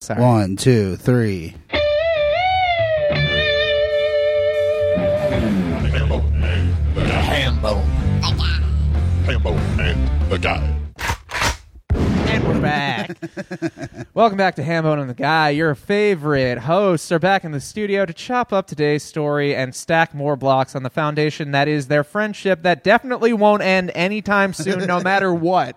Sorry. One, two, three. Hambo and the guy. Hambo. Hambo and the guy. And we're back. Welcome back to Hambone and the Guy. Your favorite hosts are back in the studio to chop up today's story and stack more blocks on the foundation that is their friendship that definitely won't end anytime soon, no matter what.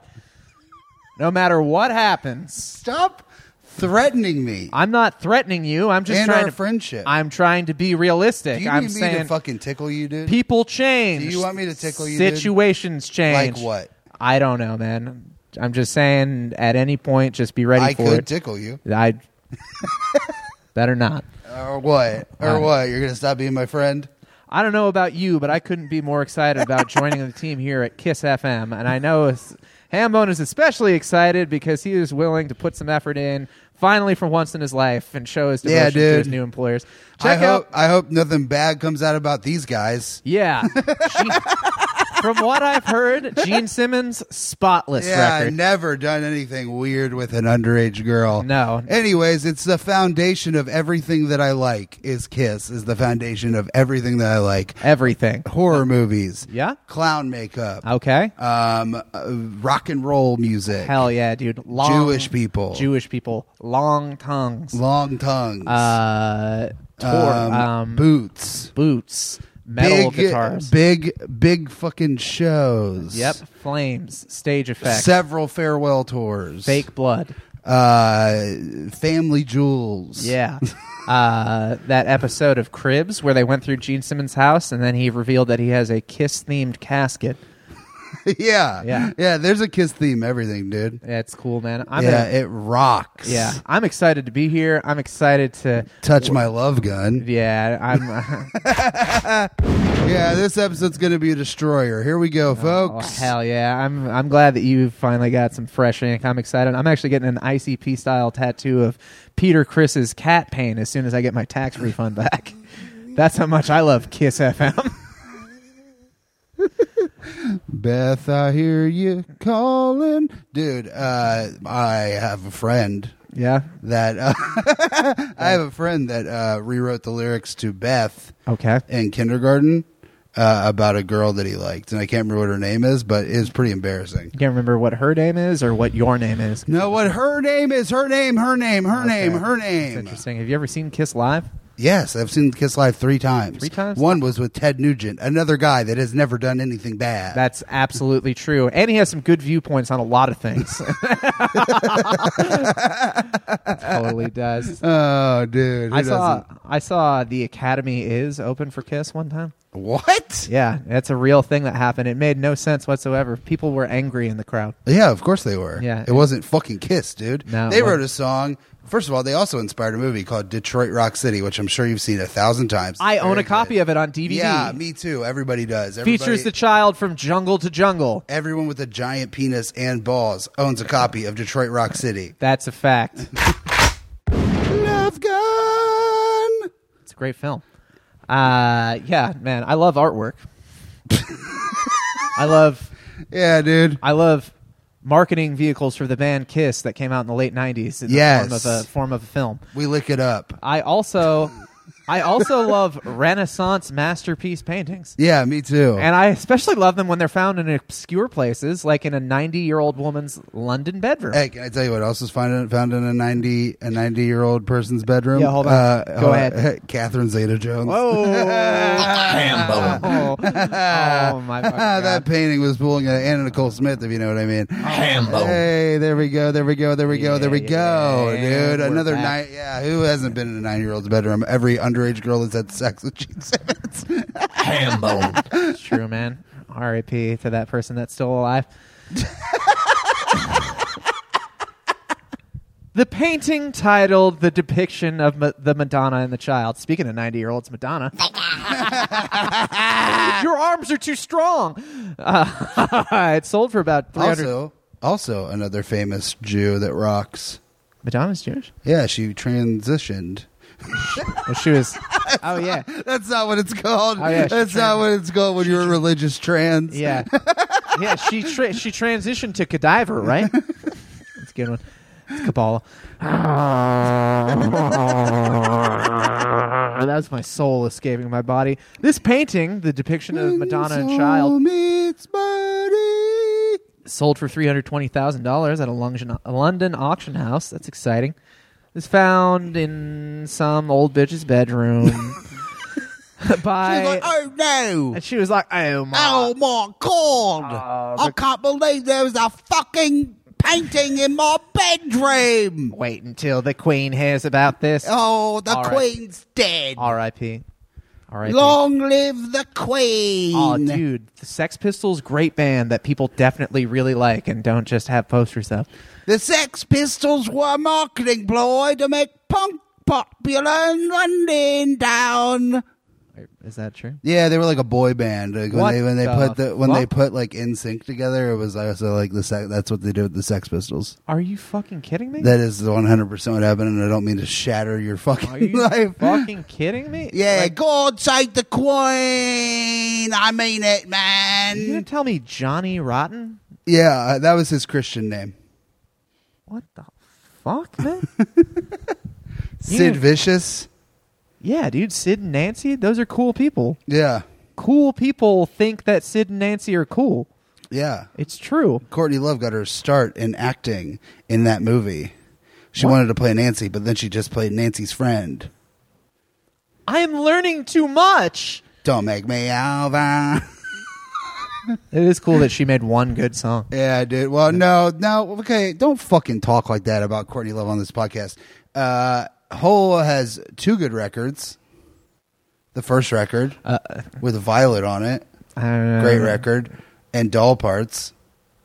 No matter what happens. Stop threatening me. I'm not threatening you. I'm just And trying our to friendship. I'm trying to be realistic. Do you I'm need me saying to fucking tickle you, dude? people change. Do you want me to tickle you, dude? Situations change. Like what? I don't know, man. I'm just saying at any point just be ready I for could it. tickle you, I better not. or what? Or what? You're gonna stop being my friend? I don't know about you, but I couldn't be more excited about joining the team here at Kiss FM, and I know s- Hambone is especially excited because he is willing to put some effort in, finally for once in his life, and show his Yeah, devotion to his dude. new employers. I Check hope out, I hope nothing bad comes out about these guys. yeah. Gene- from what I've heard, Gene Simmons spotless Yeah, record. never done anything weird with an underage girl. No. Anyways, it's the foundation of everything that I like. Is Kiss is the foundation of everything that I like. Everything. Horror movies. Yeah? Clown makeup. Okay. um, uh, rock and roll music. Hell yeah, dude. Long, Jewish people. Jewish people. Long tongues. Long tongues. uh, um, tour, um, boots. boots, metal big, guitars. Big, big fucking shows. Yep, flames, stage effects, Several farewell tours. fake blood. Uh, family jewels. Yeah, uh, that episode of Cribs where they went through Gene Simmons' house and then he revealed that he has a kiss-themed casket. yeah. Yeah. Yeah. There's a kiss theme, everything, dude. Yeah, it's cool, man. I'm yeah. gonna- it rocks. yeah, I'm excited to be here. I'm excited to. Touch my love gun. Yeah, I'm. Yeah, this episode's going to be a destroyer. Here we go, Oh, folks. hell yeah! I'm I'm glad that you finally got some fresh ink. I'm excited. I'm actually getting an ICP style tattoo of Peter Chris's cat pain as soon as I get my tax refund back. That's how much I love Kiss FM. Beth, I hear you calling. Dude, uh, I have a friend yeah. that uh, I have a friend that uh, rewrote the lyrics to Beth Okay. in kindergarten uh, about a girl that he liked, and I can't remember what her name is, but it's pretty embarrassing. You can't remember what her name is or what your name is. No, what her name is? Her name, her name, her name, her It's name. interesting. Have you ever seen Kiss live? Yes, I've seen Kiss Live three times. Three times? One was with Ted Nugent, another guy that has never done anything bad. That's absolutely true. And he has some good viewpoints on a lot of things. totally does. oh, dude! who I saw doesn't? I saw the Academy is open for Kiss one time. what? Yeah, that's a real thing that happened. It made no sense whatsoever. People were angry in the crowd. Yeah, of course they were. Yeah. It wasn't fucking Kiss, dude. No, it they wrote wasn't. a song. First of all, they also inspired a movie called Detroit Rock City, which I'm sure you've seen a thousand times. I It's own very a copy good. of it on DVD. Yeah, me too. Everybody does. Everybody, Features the child from jungle to jungle. everyone with a giant penis and balls owns a copy of Detroit Rock City. That's a fact. Love gun. it's a great film. Uh, yeah, man, I love artwork. I love Yeah, dude. I love marketing vehicles for the band Kiss that came out in the late '90s in Yes. the form of a form of a film. We lick it up. I also I also love Renaissance masterpiece paintings. Yeah, me too. And I especially love them when they're found in obscure places, like in a 90 year old woman's London bedroom. Hey, can I tell you what else was found, found in a ninety a ninety year old person's bedroom? Yeah, hold on. Go hold on. ahead. Catherine Zeta Jones. Oh. Hambo. oh, Oh, my fucking Ah, that God. painting was pulling an Anna Nicole Smith, if you know what I mean. Hambo. Hey, there we go, there we go, there we go, there we Oh. Yeah, go, and dude. we're Another night. back. Yeah, who hasn't been in a nine-year-old's bedroom? Every underage girl that's had sex with Gene Simmons. Hambo. It's true, man. R.I.P. to that person that's still alive. the painting titled The Depiction of Ma- the Madonna and the Child. Speaking of 90 year olds, Madonna. Your arms are too strong. Uh, it sold for about 300. Also, also another famous Jew that rocks. Madonna's Jewish? Yeah, she transitioned. Well, she was. Oh yeah, That's not what it's called. Oh, yeah, she that's not what it's called when you're a religious trans. yeah, yeah. She tra- she transitioned to cadaver, right? That's a good one. It's Kabbalah. That's my soul escaping my body. This painting, the depiction of Madonna and Child, Meets Buddy. sold for three hundred twenty thousand dollars at a London, a London auction house. That's exciting. It was found in some old bitch's bedroom. by She's like, oh no. and she was like, "Oh my!" Oh my Ah, god! I can't believe there was a fucking painting in my bedroom. Wait until the queen hears about this. Oh, the All right. queen's dead. R.I.P. R.I.P. Long live the queen. Oh, dude, the Sex Pistols, great band that people definitely really like and don't just have posters of. The Sex Pistols were a marketing ploy to make punk popular in London down. Is that true? Yeah, they were like a boy band. Like when What they when they the put the when they fuck? put like in sync together, it was also like the sex, that's what they did with the Sex Pistols. Are you fucking kidding me? That is one hundred percent what happened, and I don't mean to shatter your fucking Are you life. fucking kidding me? Yeah, Like, God save the Queen. I mean it, you gonna man. tell me Johnny Rotten? Yeah, that was his Christian name. What the fuck, man? Sid Vicious. yeah, dude, Sid and Nancy, those are cool people. Yeah, Cool people think that Sid and Nancy are cool. yeah. It's true. Courtney Love got her start in acting in that movie. She wanted to play Nancy, but then she just played Nancy's friend. I am learning too much. Don't make me over. It is cool that she made one good song. yeah, dude. Well, no, no. Okay, don't fucking talk like that about Courtney Love on this podcast. Uh, Hole has two good records. The first record with Violet on it. I don't know. great record, and Doll Parts,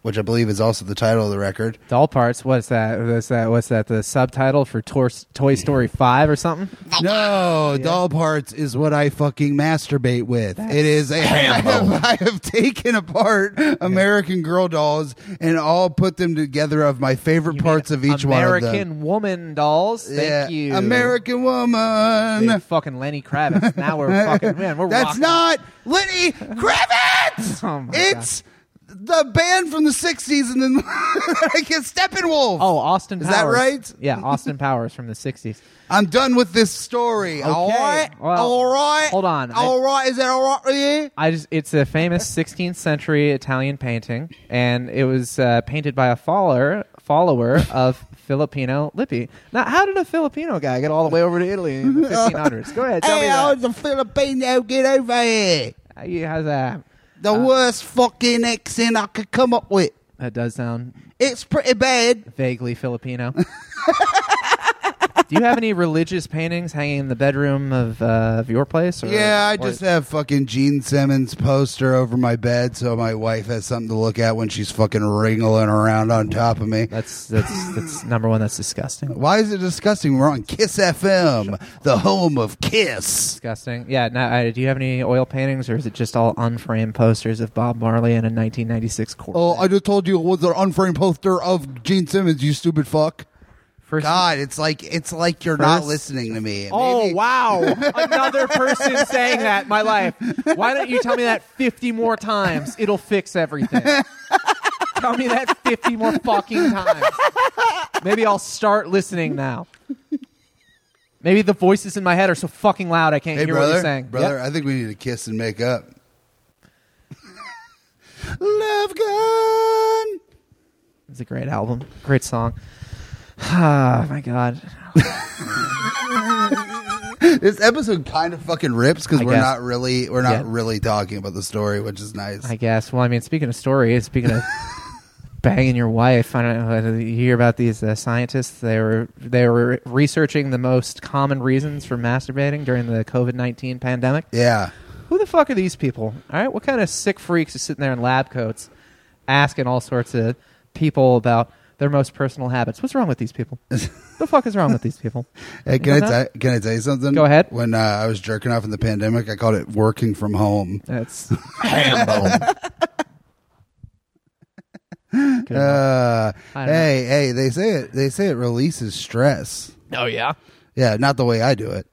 which I believe is also the title of the record. Doll parts. What's that? What's that? What's that? The subtitle for Tor- Toy Story Five or something? No, Doll Parts is what I fucking masturbate with. it is a. I have, I have taken apart American Girl dolls and all put them together of my favorite parts of each American one of them. Woman dolls. Yeah, Thank you, American Woman. Big fucking Lenny Kravitz. now we're fucking man. We're That's rocking. not Lenny Kravitz. Oh my it's the band from the '60s, and then I get Steppenwolf. Oh, Austin. Is Powers. that right? Yeah, Austin Powers from the '60s. I'm done with this story. All right. well, all right. hold on. I- All right. Is that all right with you? I just it's a famous 16th century Italian painting, and it was uh, painted by a follower follower of Filipino Lippi. Now, how did a Filipino guy get all the way over to Italy in the 1500s? Go ahead, tell me Hey, I that. was a Filipino. Get over here. Uh, yeah, How's that? The Uh. worst fucking accent I could come up with. That does sound It's pretty bad. vaguely Filipino. Do you have any religious paintings hanging in the bedroom of, uh, of your place? Or, Yeah, I or- just have fucking Gene Simmons poster over my bed so my wife has something to look at when she's fucking wriggling around on top of me. that's that's that's number one. That's disgusting. Why is it disgusting? We're on Kiss FM, the home of Kiss. Disgusting. Yeah. Now, I, do you have any oil paintings, or is it just all unframed posters of Bob Marley and a 1996 Corvette? Oh, I just told you it was an unframed poster of Gene Simmons, you stupid fuck. First- God, it's like it's like you're not First- listening to me. Oh Maybe- wow! Another person saying that in my life. Why don't you tell me that fifty more times? It'll fix everything. tell me that fifty more fucking times. Maybe I'll start listening now. Maybe the voices in my head are so fucking loud I can't Hey, hear brother, what you're saying. brother, Yep. I think we need to kiss and make up. Love gun. it's a great album, great song. Ah, my god. This episode kind of fucking rips because I we're guess. not really we're not Yeah. really talking about the story, which is nice. I guess. Well, I mean, speaking of stories, speaking of banging your wife, I don't know. uh, You hear about these uh, scientists? They were they were researching the most common reasons for masturbating during the COVID nineteen pandemic. yeah, Who the fuck are these people? All right, what kind of sick freaks are sitting there in lab coats, asking all sorts of people about their most personal habits? What's wrong with these people? the fuck is wrong with these people? Hey, can know I t- can I tell you something? Go ahead. When uh, I was jerking off in the pandemic, I called it working from home. That's Ham bone. Uh, I don't know. hey, hey, they say it. They say it releases stress. oh yeah. Yeah, not the way I do it.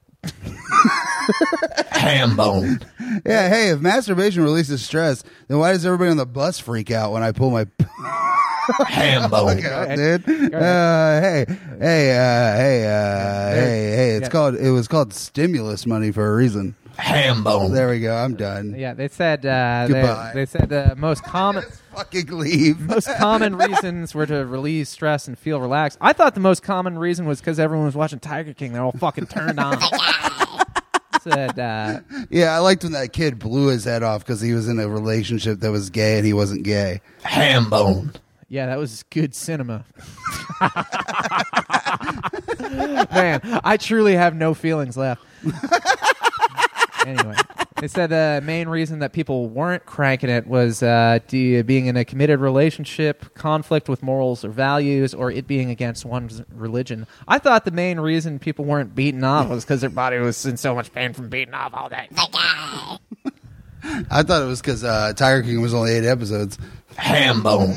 Ham bone. Yeah, hey, if masturbation releases stress, then why does everybody on the bus freak out when I pull my Hambo. God, ahead. dude. Go Uh, hey, hey, uh, hey, uh, hey, hey! It's Yeah. called. It was called stimulus money for a reason. Hambo. There we go. I'm done. Yeah, they said uh, they, Goodbye. they said the most common Let's fucking leave. most common reasons were to relieve stress and feel relaxed. I thought the most common reason was because everyone was watching Tiger King. They're all fucking turned on. said uh, Yeah, I liked when that kid blew his head off because he was in a relationship that was gay and he wasn't gay. Hambo. Yeah, that was good cinema. Man, I truly have no feelings left. anyway, they said the main reason that people weren't cranking it was uh, de- being in a committed relationship, conflict with morals or values, or it being against one's religion. I thought the main reason people weren't beating off was because their body was in so much pain from beating off all day. I thought it was because uh, Tiger King was only eight episodes. Hambo.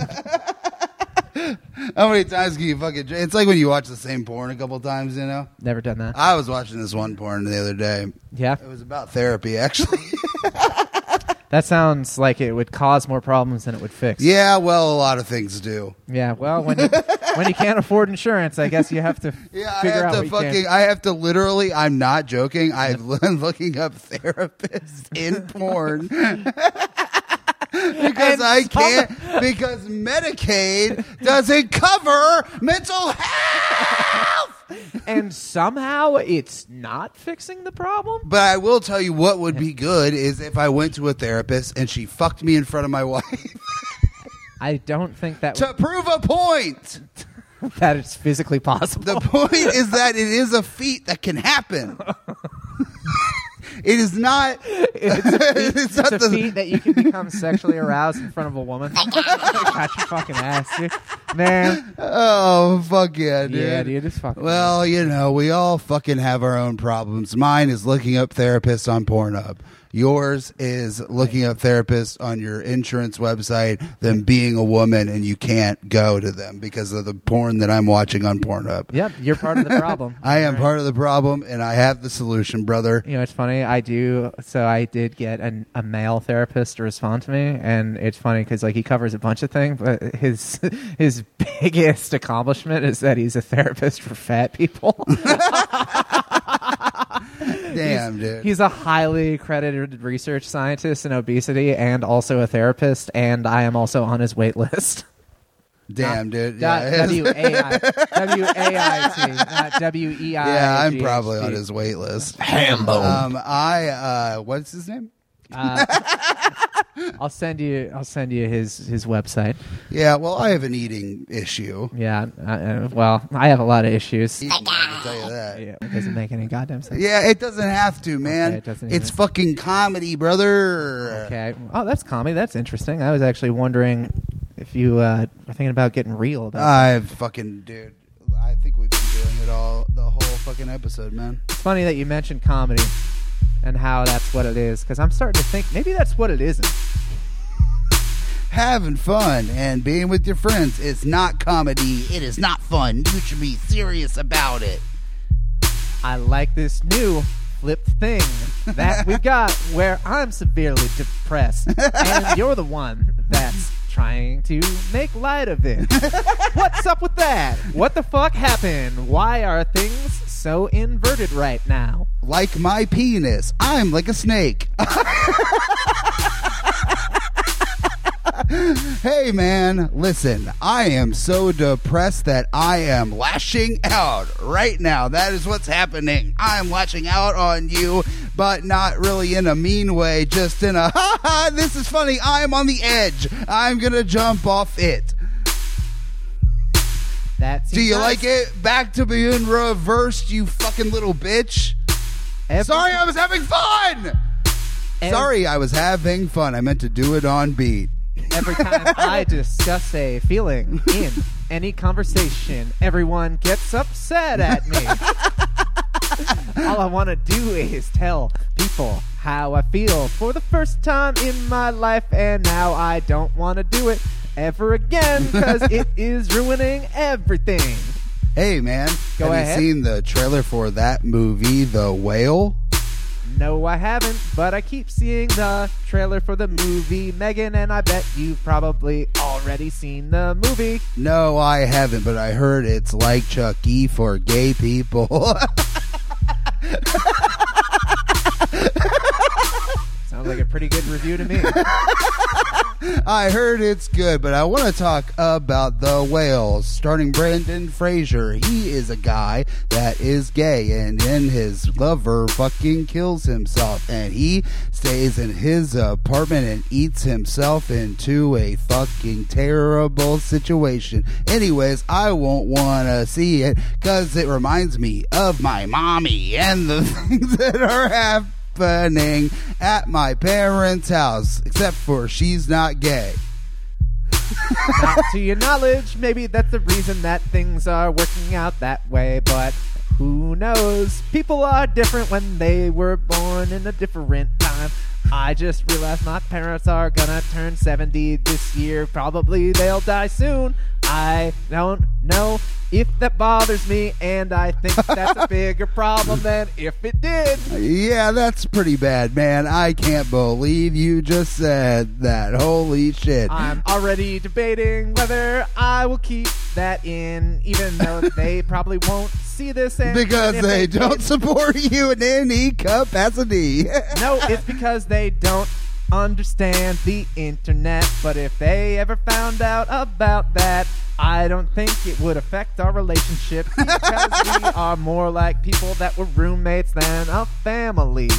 How many times can you fucking? It's like when you watch the same porn a couple times. You know, Never done that. I was watching this one porn the other day. Yeah, It was about therapy, actually. that sounds like it would cause more problems than it would fix. yeah, well, a lot of things do. Yeah, well, when you, when you can't afford insurance, I guess you have to Yeah, I figure have out what to you fucking. can. I have to literally. I'm not joking. I've been looking up therapists in porn because I can't. Because Medicaid doesn't cover mental health. and somehow it's not fixing the problem. But I will tell you what would be good is if I went to a therapist and she fucked me in front of my wife I don't think that to prove a point. that is physically possible. The point is that it is a feat that can happen. it is not. it's a feat, It's not it's a the- feat that you can become sexually aroused in front of a woman. Got your fucking ass, dude. man. Oh fuck yeah, dude. Yeah, dude, it's fucking. Well, you know, we all fucking have our own problems. Mine is looking up therapists on Pornhub. Yours is looking up therapists on your insurance website, then being a woman and you can't go to them because of the porn that I'm watching on Pornhub. yep, you're part of the problem. I am part of the problem and I have the solution, brother. You know, it's funny. I do. So I did get an, a male therapist to respond to me, and it's funny because like he covers a bunch of things, but his his biggest accomplishment is that he's a therapist for fat people. Damn, dude. he's a highly accredited research scientist in obesity, and also a therapist. And I am also on his wait list. Damn, dude. Yeah. W a i w a i t, not w e i. yeah, I'm probably on his wait list. Hambo. Um, I, uh, what's his name? Uh, I'll send you. I'll send you his his website. Yeah, well, I have an eating issue. Yeah. Uh, uh, well, I have a lot of issues. Eating, I can tell you that. Yeah, it doesn't make any goddamn sense. ah. Yeah, it doesn't have to, man. it doesn't it's even- fucking comedy, brother. Okay. Oh, that's comedy. That's interesting. I was actually wondering if you uh, were thinking about getting real about. I fucking dude. I think we've been doing it all the whole fucking episode, man. it's funny that you mentioned comedy and how that's what it is because I'm starting to think maybe that's what it isn't. Having fun and being with your friends. It's not comedy. It is not fun. You should be serious about it. I like this new flipped thing that we've got where I'm severely depressed and you're the one that's trying to make light of it. What's up with that? What the fuck happened? Why are things so inverted right now? Like my penis. I'm like a snake. hey man, listen, I am so depressed that I am lashing out right now. That is what's happening. I'm lashing out on you, but not really in a mean way, just in a ha ha, this is funny. I'm on the edge. I'm gonna jump off it. That Do seems you nice. like it? Back to being reversed, you fucking little bitch. Every- Sorry, I was having fun. every- Sorry, I was having fun. I meant to do it on beat. Every time I discuss a feeling in any conversation, everyone gets upset at me. All I want to do is tell people how I feel for the first time in my life, and now I don't want to do it ever again because it is ruining everything. Hey, man. Go have ahead. you seen the trailer for that movie, The Whale? No, I haven't, but I keep seeing the trailer for the movie Megan, and I bet you've probably already seen the movie. No, I haven't, but I heard it's like Chuck E for gay people. Sounds like a pretty good review to me. I heard it's good, but I want to talk about the whales. Starting Brendan Fraser, he is a guy that is gay, and then his lover fucking kills himself, and he stays in his apartment and eats himself into a fucking terrible situation. Anyways, I won't want to see it because it reminds me of my mommy and the things that are happening happening at my parents' house, except for she's not gay. Not to your knowledge, maybe that's the reason that things are working out that way, but who knows? People are different when they were born in a different time. I just realized my parents are gonna turn 70 this year. Probably they'll die soon. I don't know if that bothers me, and I think that's a bigger problem than if it did. Yeah, that's pretty bad, man. I can't believe you just said that. Holy shit. I'm already debating whether I will keep that in, even though they probably won't see this. And because if they don't support you in any capacity. No, it's because they don't understand the internet. But if they ever found out about that, I don't think it would affect our relationship because we are more like people that were roommates than a family.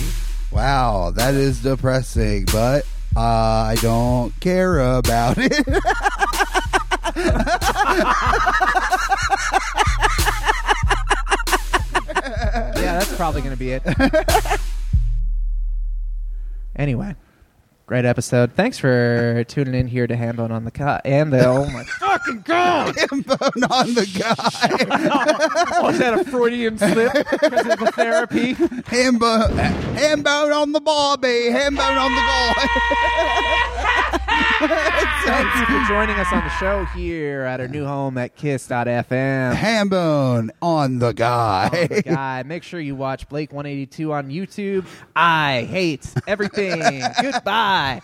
wow, that is depressing, but uh, I don't care about it. Yeah, that's probably going to be it. anyway, great episode. Thanks for tuning in here to Hambone on the Cut. And the, oh my fucking god! Bone on the guy. Was Oh, that a Freudian slip because of the therapy? Hambo, Hambone on the Barbie, Hambone on the guy. Thank you for joining us on the show here at our new home at Kiss.fm. Hambone on the guy. Guy, make sure you watch Blake 182 on YouTube. I hate everything. Goodbye.